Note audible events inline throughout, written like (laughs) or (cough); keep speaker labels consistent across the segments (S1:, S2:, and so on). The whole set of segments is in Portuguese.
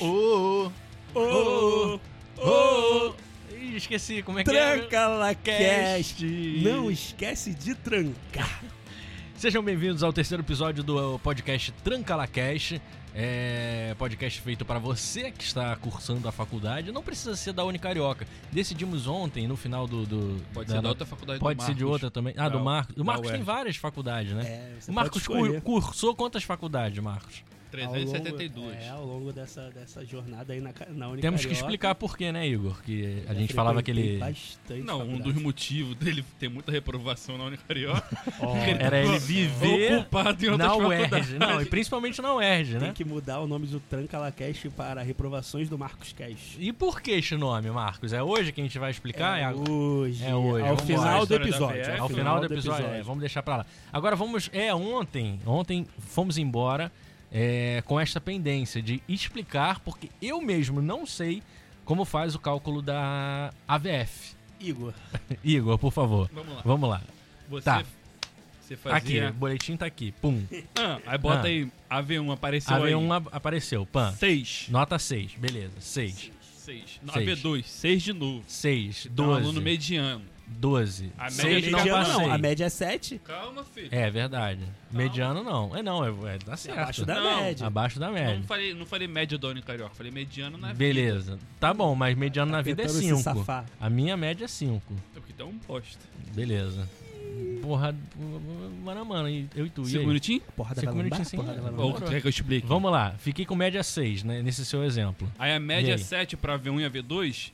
S1: Oh,
S2: Oh, oh, oh.
S1: Ih, esqueci como é que é.
S2: Tranca la cast.
S1: Cast.
S2: Não esquece de trancar.
S1: Sejam bem-vindos ao terceiro episódio do eh, podcast Trancalacast. É podcast feito para você que está cursando a faculdade. Não precisa ser da Unicarioca. Decidimos ontem, no final do. do-
S3: Pode ser da outra faculdade
S1: Pode
S3: do
S1: ser de
S3: Marcos.
S1: outra também. Ah, do
S3: Da-
S1: Marcos. O
S3: da
S1: Marcos tem
S3: UERJ.
S1: várias faculdades, né?
S2: É, você
S1: o
S2: pode
S1: Marcos cu-
S2: escolher.
S1: cursou quantas faculdades, Marcos?
S2: Ao
S3: 372.
S2: Longo, é, ao longo dessa, dessa jornada aí na, ca- na Unicarioca.
S1: Temos que explicar por quê, né, Igor? Que a
S2: eu
S1: gente falava que
S2: frequentei
S1: ele.
S2: Bastante
S3: Não, um dos
S2: é, faculdade.
S3: motivos dele ter muita reprovação na Unicarioca
S2: Ó,
S1: (laughs) Era ele
S3: é
S1: viver
S3: ocupado em outras
S1: na
S3: faculdades.
S1: UERJ. Não, e principalmente na UERJ, né?
S2: Tem que mudar o nome do Tranca la Cast para Reprovações do Marcos Cash.
S1: E por que este nome, Marcos? É hoje que a gente vai explicar? É, agora?
S2: hoje.
S1: É hoje,
S2: Ao
S1: vamos lá, a
S2: final do
S3: história da
S2: episódio.
S3: VF.
S1: Ao final do episódio, é, vamos deixar pra lá. Agora vamos. É, ontem. Ontem fomos embora é, com esta pendência de explicar, porque eu mesmo não sei como faz o cálculo da AVF.
S2: Igor.
S1: Igor, por favor.
S3: Vamos lá.
S1: Vamos lá.
S3: Você,
S1: Tá.
S3: você fazia...
S1: Aqui, o boletim tá aqui. Pum.
S3: Ah, aí bota
S1: Ah.
S3: aí AV1, apareceu
S1: AV1 ap- apareceu. Pan.
S3: aí. 6.
S1: Nota 6. Beleza. 6.
S3: 6.
S1: Seis.
S3: AV2, 6 de novo.
S1: 6.
S3: Então, aluno
S1: 12.
S3: mediano.
S1: 12.
S3: A
S1: Seis
S3: média
S1: não
S3: é
S2: Mediano
S1: passei.
S2: não, a média é 7,
S3: Calma, filho.
S1: É verdade. Mediano não. É não, é, é tá certo.
S2: abaixo da
S3: Não,
S2: média.
S1: Abaixo da média.
S3: Não, falei, não falei média da Unicarioca, falei mediano na vida.
S1: É. Beleza. Tá bom, mas mediano na vida é
S2: tentando se
S1: 5.
S2: safar.
S1: A minha média é 5.
S3: Porque dá um posto.
S1: Beleza. Porra, mano, a mano, e- eu e tu. e
S3: Cinco
S1: aí?
S3: minutinhos?
S2: Porra,
S1: Cinco minutinhos sem-
S3: Ou
S1: Vamos lá.
S3: quer que eu explique?
S1: Vamos lá, fiquei com média 6, né? Nesse seu exemplo.
S3: Aí a média
S1: E aí?
S3: é 7 pra V1 e AV2.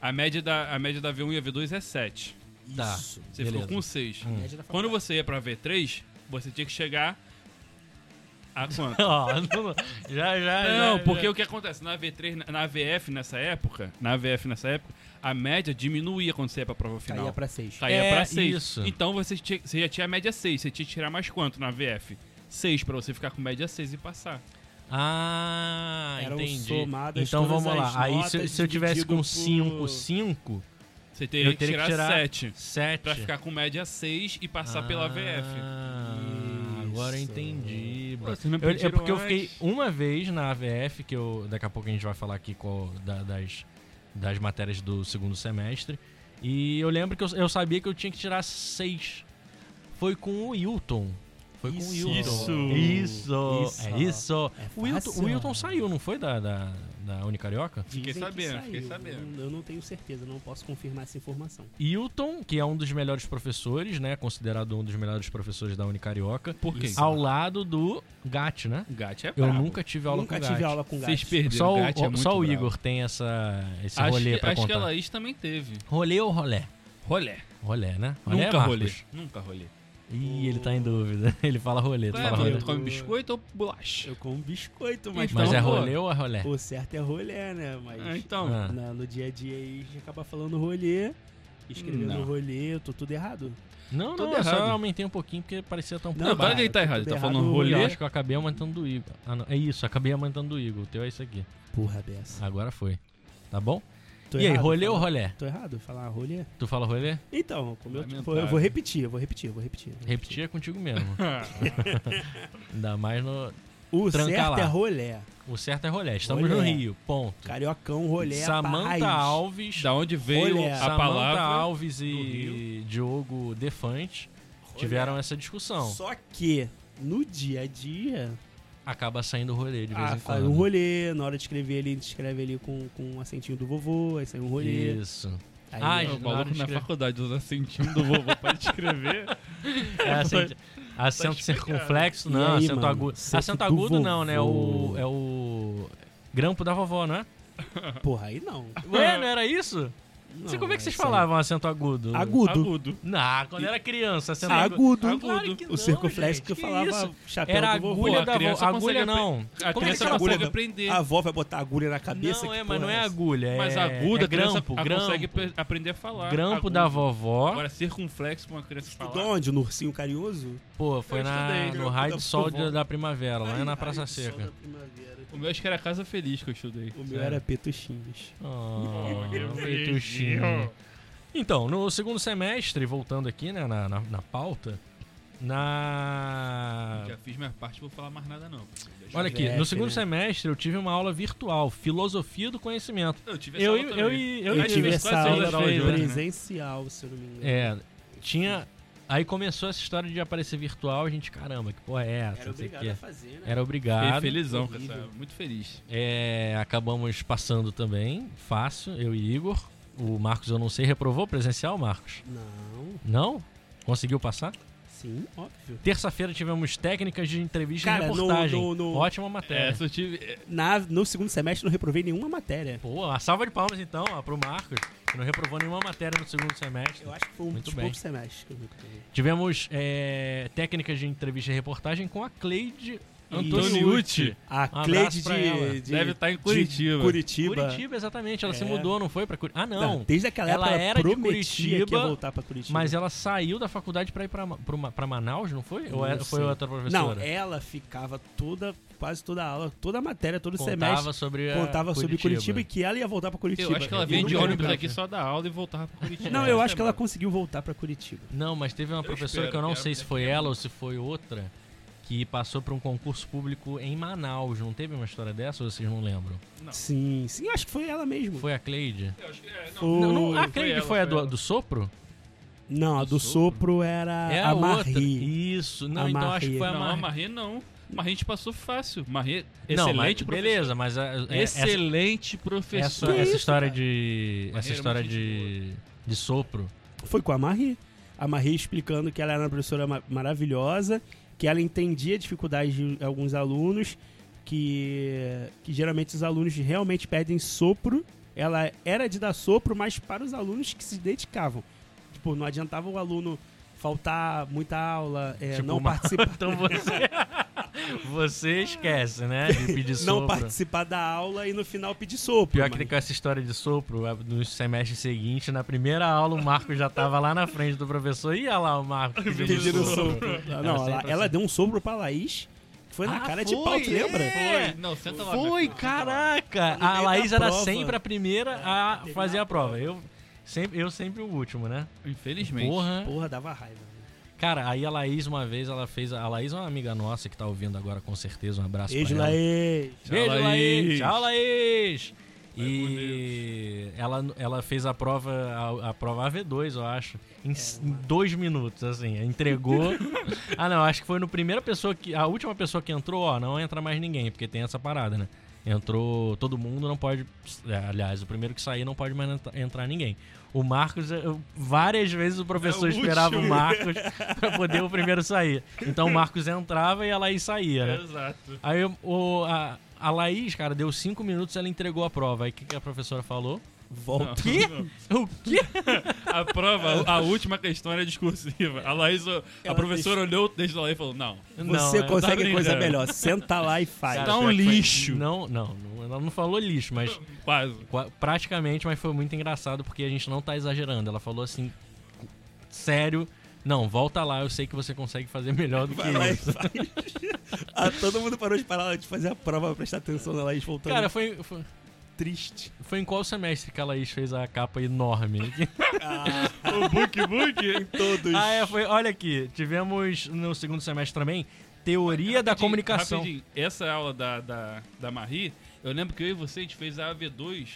S3: A média da, a média da V1 e AV2 é 7.
S1: Tá.
S3: Você
S1: Beleza. (laughs)
S3: ficou com 6.
S1: Hum.
S3: Quando você ia pra V3, você tinha que chegar
S1: (laughs)
S3: a quanto?
S1: Ó, não- já, já.
S3: Não,
S1: já,
S3: porque
S1: já.
S3: o que acontece? Na V3, na- na VF nessa época, na VF nessa época, a média diminuía quando você ia pra prova final. Tá,
S2: Caía pra 6.
S3: Caía
S1: É,
S3: pra 6.
S1: isso.
S3: Então você, tinha- você já tinha a média 6. Você tinha que tirar mais quanto na VF? 6 pra você ficar com média 6 e passar.
S1: Ah,
S2: Eram
S1: entendi.
S2: somadas
S1: Então
S2: todas
S1: vamos
S2: um as
S1: lá. Aí se,
S2: notas
S1: se eu tivesse
S2: dividido
S1: com
S2: por-
S1: 5, 5,
S3: Você teria,
S1: eu teria
S3: que
S1: que tirar
S3: tirar 7.
S1: 7.
S3: Pra ficar com média 6 e passar pela
S1: Ah.
S3: VF.
S1: Agora eu
S2: Isso.
S1: entendi. bro.
S3: Pô, vocês não
S1: Eu- é
S3: pediram
S1: porque eu
S3: antes.
S1: fiquei uma vez na AVF, que eu. Daqui a pouco a gente vai falar aqui qual, da- das, das matérias do segundo semestre. E eu lembro que eu, eu sabia que eu tinha que tirar seis. Foi com o Wilton. Foi com o
S2: Isso.
S1: Wilton. Isso!
S2: Isso.
S1: É isso!
S2: É
S1: o, Wilton,
S2: fácil.
S1: o Wilton saiu, não foi? Da, da, da Unicarioca?
S3: Fiquei
S2: Dizem que
S3: sabendo,
S2: saiu.
S3: fiquei sabendo.
S2: Eu não- Eu não tenho certeza, não posso confirmar essa informação.
S1: Hilton, que é um dos melhores professores, né? Considerado um dos melhores professores da Unicarioca.
S3: Por quê?
S1: Ao lado do Gatti, né?
S3: Gat é
S1: Eu
S3: brabo.
S1: nunca tive aula
S2: Nunca
S1: com
S2: tive
S1: Gatti.
S2: aula com gato.
S3: Vocês perderam.
S1: Só o,
S3: Gat é
S1: o-
S3: muito
S1: só o
S3: brabo.
S1: Igor tem essa, esse
S3: Acho,
S1: rolê
S3: que,
S1: pra
S3: acho que
S1: contar.
S3: a Laís também teve.
S1: é Rolê ou rolé?
S3: Rolé.
S1: Rolé, né? Rolé
S3: Nunca
S1: é
S3: rolê.
S1: Marcos.
S3: Nunca rolê.
S1: Ih, ele tá em dúvida. (laughs) Ele fala rolê, tu
S3: Qual é,
S1: fala
S3: mano?
S1: rolê.
S3: Tu come biscoito ou bolacha?
S2: Eu como biscoito, mas...
S1: Mas
S3: Então,
S1: é
S3: pô.
S1: rolê ou é rolé?
S2: O certo é rolê, né? Mas...
S3: Ah, então.
S1: Ah.
S2: na- no dia a dia aí a gente acaba falando rolê, escrevendo
S3: Não.
S2: rolê, eu tô tudo errado.
S1: Não, não,
S3: Tudo
S1: eu só
S3: errado.
S1: aumentei um pouquinho porque parecia tão
S3: Não,
S2: Não,
S3: claro
S2: vai,
S3: que ele tá
S2: tá
S3: errado. Ele
S2: tudo
S3: tá falando
S2: errado,
S3: rolê.
S1: Eu acho que eu acabei aumentando do Igor. Ah, não, é isso, acabei aumentando do Igor. O teu é isso aqui.
S2: Porra, dessa.
S1: Agora foi. Tá bom?
S2: Tô
S1: e aí,
S2: errado,
S1: rolê
S2: falar-
S1: ou rolé?
S2: Tô errado falar rolê?
S1: Tu fala rolê?
S2: Então, como eu,
S3: Lamentável.
S2: vou, eu vou repetir, eu vou repetir, eu vou repetir. eu vou
S1: Repetir é contigo mesmo. Ainda mais no.
S2: O
S1: Tranca
S2: certo
S1: lá.
S2: é rolê.
S1: O certo é rolé. Estamos
S2: Rolé.
S1: no Rio. Ponto.
S2: Cariocão, rolê, é
S1: Samantha
S2: paz.
S1: Alves.
S3: Da onde veio
S2: Rolê.
S3: a
S1: Samantha
S3: palavra?
S1: Alves
S3: do
S1: e
S3: Rio.
S1: Diogo Defante tiveram essa discussão.
S2: Só que no dia a dia,
S1: Acaba saindo rolê de vez
S2: ah,
S1: em
S2: faz
S1: quando. né?
S2: um rolê, na hora de escrever ali, a gente escreve ali com, com um acentinho do vovô, aí sai um rolê. (laughs)
S1: Isso.
S2: Aí,
S1: Ah,
S3: Não,
S1: gente,
S3: O
S1: na hora
S3: maluco
S1: de
S3: na
S1: escrever.
S3: faculdade usa sentindo do vovô pra escrever.
S1: É
S2: (laughs)
S1: acento, acento
S3: explicado.
S1: circunflexo,
S2: assim, E
S1: não,
S2: aí,
S1: acento
S2: mano?
S1: agudo.
S2: Acento
S1: acento
S2: do
S1: agudo não, né? O,
S2: vovô.
S1: é o grampo da vovó, não é?
S2: porra, aí não.
S1: Ué, não era isso? Não,
S2: Não,
S1: como é que vocês
S2: isso aí-
S1: falavam acento (laughs) agudo?
S2: Agudo. é
S3: Agudo.
S1: Não, quando era criança, acento agudo. Ah,
S2: Agudo.
S1: Claro que não,
S2: O circunflexo
S1: gente,
S2: que eu
S1: que
S2: falava
S1: isso?
S2: chapéu
S1: Era
S2: do vovô.
S1: agulha
S3: A
S1: da
S3: criança
S1: vovó. Agulha
S3: consegue
S1: não.
S3: A
S1: Como é que
S3: criança
S1: ela
S2: agulha
S3: consegue
S2: da-
S3: aprender.
S2: A avó vai botar agulha na cabeça.
S1: Não,
S2: que
S1: é, mas
S2: porra
S1: não é
S2: essa?
S1: agulha.
S3: Mas
S1: Ah, é,
S3: aguda,
S1: é
S3: a criança
S1: grampo,
S3: a-
S1: grampo.
S3: consegue pre- aprender a falar.
S1: Grampo
S3: Agudo.
S1: da vovó.
S3: Agora, circunflexo pra uma criança
S2: Estudou
S3: falar.
S2: onde? No ursinho carinhoso?
S1: Pô, foi
S3: Eu
S1: na,
S3: estudei
S1: no
S2: né? grampo
S1: raio
S2: da
S1: de sol
S2: vovó. tá
S1: de- da primavera, lá é
S2: Ai,
S1: na
S2: ai,
S1: Praça
S2: o sol
S1: Seca.
S2: da primavera.
S3: O meu acho que era Casa Feliz que eu estudei.
S2: O meu era Petuchinhos.
S1: Oh, feituchinho. Então, no segundo semestre, voltando aqui né, na, na, na pauta, Na.
S3: Já fiz minha parte, não vou falar mais nada não. porque eu já-
S1: Olha aqui,
S2: Jeff,
S1: no segundo
S2: né?
S1: semestre eu tive uma aula virtual, Filosofia do Conhecimento.
S3: Eu tive essa
S1: Eu,
S3: aula
S1: eu,
S3: também.
S1: eu, e- eu,
S2: Eu,
S1: e-
S3: Aí
S2: tive
S3: fez
S2: essa
S3: quase
S1: todas
S2: aula
S1: as aulas juntas, né?
S2: presencial, se eu não me engano.
S1: É, tinha. Aí começou essa história de aparecer virtual, a gente, caramba, que porra é essa?
S2: Era
S1: não sei o
S2: obrigado
S1: quê.
S2: a fazer, né?
S1: Era
S3: Fiquei
S1: obrigado.
S3: felizão com
S2: horrível.
S3: essa, muito feliz.
S1: É, acabamos passando também, fácil, eu e Igor. O Marcos, eu não sei, reprovou presencial, Marcos?
S2: Não,
S1: Não? Conseguiu passar?
S2: sim, óbvio.
S1: Terça-feira tivemos técnicas de entrevista
S2: Cara,
S1: e
S2: no-
S1: reportagem.
S2: no- no-
S1: Ótima matéria.
S3: Essa eu tive. é,
S2: Na, no segundo semestre não reprovei nenhuma matéria.
S1: Pô, a salva de palmas então, ó, pro Marcos, que não reprovou nenhuma matéria no segundo semestre.
S2: Eu acho que foi um
S1: Muito
S2: dos
S1: bem.
S2: poucos semestres que eu reprovei.
S1: Tivemos é, técnicas de entrevista e reportagem com a Cleide
S3: Antoniuti
S1: Antoniutti.
S2: A
S1: Um
S2: Cleide
S1: abraço pra ela. tá
S2: de, de-
S3: deve estar em
S2: de
S3: Curitiba.
S2: Curitiba.
S1: Curitiba, exatamente. Ela se
S2: É.
S1: mudou, não foi pra Curitiba? Ah,
S2: Não,
S1: não.
S2: desde aquela
S1: Ela
S2: época
S1: era de
S2: prometia que ia
S1: Curitiba,
S2: voltar pra Curitiba.
S1: Mas ela saiu da faculdade pra ir pra, Ma- pro Ma- pra Manaus, não foi? Ou
S2: Não
S1: era, foi
S2: sei.
S1: outra
S2: não, é
S1: professora?
S2: ela ficava toda, quase toda a aula, toda a matéria, todo
S1: Contava
S2: semestre
S1: sobre a
S2: contava sobre Curitiba e que ela ia voltar pra Curitiba.
S3: Eu acho que ela
S1: Eu
S3: veio
S1: não
S3: de
S1: lembro
S3: ônibus
S1: dessa.
S3: aqui só da aula e voltava pro
S1: É,
S3: Curitiba.
S2: Não, eu
S3: Essa
S2: acho que ela
S3: semana.
S2: conseguiu voltar pra Curitiba.
S1: Não, mas teve uma
S3: Eu
S1: professora
S3: espero
S1: que eu não
S3: que é
S1: sei
S3: ela-
S1: se foi ela ou se foi outra que passou por um concurso público em Manaus. Não teve uma história dessa ou vocês não lembram?
S3: Não.
S2: Sim, sim, eu acho que foi ela mesmo.
S1: Foi a Cleide?
S3: Eu acho que é, não.
S2: Foi-
S1: Não, não, a
S3: foi
S1: Cleide foi, a
S3: ela, foi
S1: do,
S3: ela.
S1: do sopro?
S2: Não, a do sopro era
S1: É
S2: a
S1: outra.
S2: Marie.
S1: Isso, não,
S2: A
S1: então acho que
S2: Marie.
S1: foi a
S3: Não, a
S1: Marie.
S3: Marrê não. Marrê a gente passou fácil. Marrê,
S1: Não, mas
S3: excelente professor.
S1: beleza, mas a- é- essa-
S3: Excelente
S1: essa,
S3: professor.
S1: essa
S2: isso,
S1: história de essa
S3: Maneiro,
S1: história
S3: muito gente
S1: de, de sopro.
S2: Foi com a Marie. A Marie explicando que ela era uma professora ma- maravilhosa, que ela entendia a dificuldade de alguns alunos, que, que geralmente os alunos realmente pedem sopro. Ela era de dar sopro, mas para os alunos que se dedicavam. Tipo, não adiantava o aluno faltar muita aula, é,
S1: Tipo,
S2: não
S1: uma-
S2: participar.
S1: Então você você esquece, né, (laughs) de pedir
S2: Não
S1: sopro.
S2: participar da aula e no final pedir sopro.
S1: Pior
S2: mas-
S1: que com essa história de sopro, a- no semestre seguinte, na primeira aula, o Marco já tava lá na frente do professor. E olha lá o Marco
S2: Pediram
S1: pedindo sopro.
S2: sopro.
S1: Era
S2: Não, ela,
S1: sempre
S2: ela
S1: assim.
S2: deu um sopro pra Laís, que foi na
S1: Ah,
S2: cara de
S1: foi,
S2: pau, tu lembra?
S1: É.
S3: Não, senta lá.
S1: Foi,
S3: meu filho.
S1: caraca!
S2: No
S1: A
S2: meio
S1: Laís
S2: da
S1: era
S2: prova.
S1: sempre a primeira a
S2: terminar
S1: fazer
S2: a
S1: a prova. Eu sempre, eu sempre o último, né?
S3: Infelizmente.
S1: Porra.
S2: Porra, dava raiva.
S1: Cara, aí a Laís uma vez, ela fez. A Laís é uma amiga nossa que tá ouvindo agora com certeza. Um abraço
S2: Beijo,
S1: pra ela.
S2: Laís.
S1: Beijo,
S3: Tchau,
S1: Laís.
S3: Laís.
S1: Tchau, Laís.
S3: Vai
S1: E ela, ela fez a prova, a, a prova AV2, eu acho, em s- em dois minutos, assim, entregou. ah, não, acho que foi no primeira pessoa que. A última pessoa que entrou, ó, não entra mais ninguém, porque tem essa parada, né? Entrou todo mundo, não pode. é, Aliás, o primeiro que sair não pode mais entra- entrar ninguém. O Marcos, eu- várias vezes o professor
S3: É o
S1: esperava o
S3: último.
S1: Marcos pra poder o primeiro sair. Então o Marcos entrava e a Laís saía, né?
S3: Exato.
S1: Aí o, a, a Laís, cara, deu cinco minutos ela entregou a prova. Aí o que, que a professora falou?
S2: Volta.
S3: Não,
S1: quê?
S3: não.
S1: O quê?
S3: A prova, a última questão era discursiva. A Laís, a
S2: Ela
S3: professora olhou desde lá e falou: Não,
S2: (laughs) Você
S1: ela-
S2: consegue Ah,
S3: tá
S2: coisa
S3: brincando.
S2: melhor. Senta lá e faz.
S1: Cara,
S3: tá um
S1: pior que foi-
S3: lixo.
S1: Não, não, não, ela não falou lixo, mas (laughs)
S3: quase.
S1: qua- praticamente, mas foi muito engraçado porque a gente não tá exagerando. Ela falou assim, sério, não, volta lá, eu sei que você consegue fazer melhor do que
S2: Vai lá e
S1: isso.
S2: faz. (laughs) ah, todo mundo parou de parar de fazer a prova pra prestar atenção na Laís voltando.
S1: Cara, foi, foi,
S2: triste.
S1: foi em qual semestre que a Laís fez a capa
S2: (laughs)
S1: enorme?
S3: O book book.
S2: Todos.
S1: ah, é, foi, olha aqui, tivemos no segundo semestre também, Teoria da
S3: Rapidinho,
S1: Comunicação.
S3: rapidinho. Essa aula da, da, da Marie, eu lembro que eu e você, a gente fez a AV2.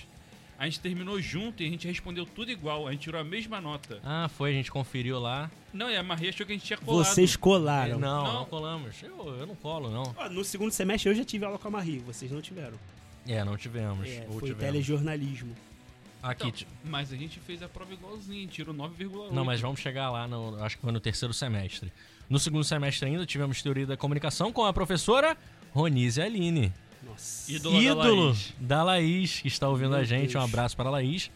S3: A gente terminou junto e a gente respondeu tudo igual. A gente tirou a mesma nota.
S1: Ah, foi, a gente conferiu lá.
S3: Não, e a Marie achou que a gente tinha colado.
S2: Vocês colaram.
S1: É, Não, não,
S3: Não.
S1: colamos. Eu, eu não colo, não.
S2: Ó, No segundo semestre eu já tive aula com a Marie, vocês não tiveram.
S1: É, não tivemos.
S2: É,
S1: ou
S2: foi
S1: tivemos.
S2: telejornalismo.
S1: Aqui.
S3: Então,
S1: ti-
S3: mas a gente fez a prova igualzinha, tirou 9,8.
S1: Não, mas vamos chegar lá, no, acho que foi no terceiro semestre. No segundo semestre ainda tivemos teoria da comunicação com a professora Ronise Aline.
S2: Nossa.
S3: E do- Ídola da
S1: Ídolo
S3: Laís.
S1: da Laís, que está ouvindo
S2: Meu
S1: a gente. Um
S2: Deus.
S1: abraço para a Laís.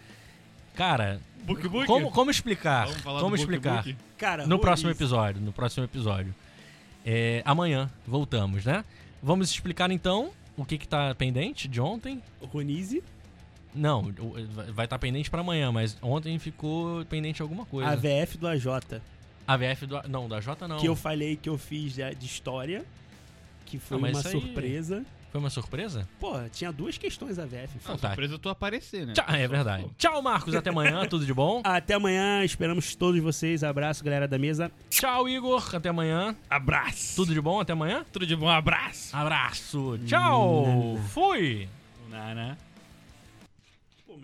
S1: Cara,
S3: Book book?
S1: como, como explicar?
S3: Vamos falar do
S1: Como
S3: book
S1: explicar?
S3: book?
S2: Cara,
S1: No
S2: Roriz,
S1: próximo episódio, no próximo episódio. É, amanhã voltamos, né? Vamos explicar então o que que tá pendente de ontem.
S2: Ronise,
S1: Não, o- vai- vai estar pendente pra amanhã, mas ontem ficou pendente alguma coisa.
S2: a VF do AJ.
S1: AVF do, é. não, da J não.
S2: que eu falei que eu fiz de, de história, que foi
S1: Ah, mas
S2: uma
S1: isso aí-
S2: surpresa.
S1: Foi uma surpresa?
S2: Pô, tinha duas questões a VF.
S3: Não,
S1: tá.
S3: surpresa tu aparecer, né?
S1: Tchau, é verdade. Tchau, Marcos. Até
S3: (laughs)
S1: amanhã. Tudo de bom.
S2: Até amanhã, esperamos todos vocês. Abraço, galera da mesa.
S1: Tchau, Igor. Até amanhã.
S3: Abraço.
S1: Tudo de bom. Até amanhã.
S3: Tudo de bom, abraço.
S1: Abraço. Tchau. Fui.
S3: Nana.